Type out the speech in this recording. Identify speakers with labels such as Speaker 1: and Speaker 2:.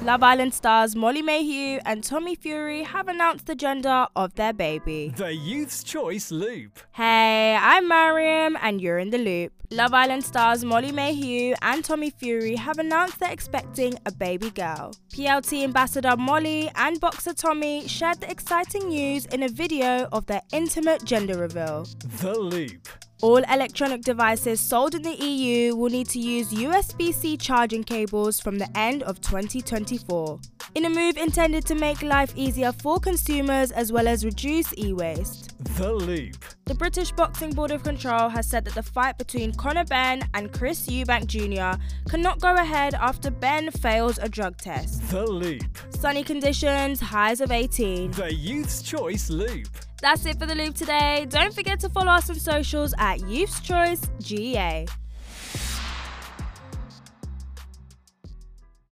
Speaker 1: Love Island stars Molly Mayhew and Tommy Fury have announced the gender of their baby.
Speaker 2: The Youth's Choice Loop.
Speaker 1: Hey, I'm Mariam and you're in the loop. Love Island stars Molly Mayhew and Tommy Fury have announced they're expecting a baby girl. PLT ambassador Molly and boxer Tommy shared the exciting news in a video of their intimate gender reveal.
Speaker 2: The Loop.
Speaker 1: All electronic devices sold in the EU will need to use USB C charging cables from the end of 2024. In a move intended to make life easier for consumers as well as reduce e waste.
Speaker 2: The Loop.
Speaker 1: The British Boxing Board of Control has said that the fight between Conor Ben and Chris Eubank Jr. cannot go ahead after Ben fails a drug test.
Speaker 2: The Loop.
Speaker 1: Sunny conditions, highs of 18.
Speaker 2: The Youth's Choice Loop.
Speaker 1: That's it for the loop today. Don't forget to follow us on socials at Youth's Choice GA.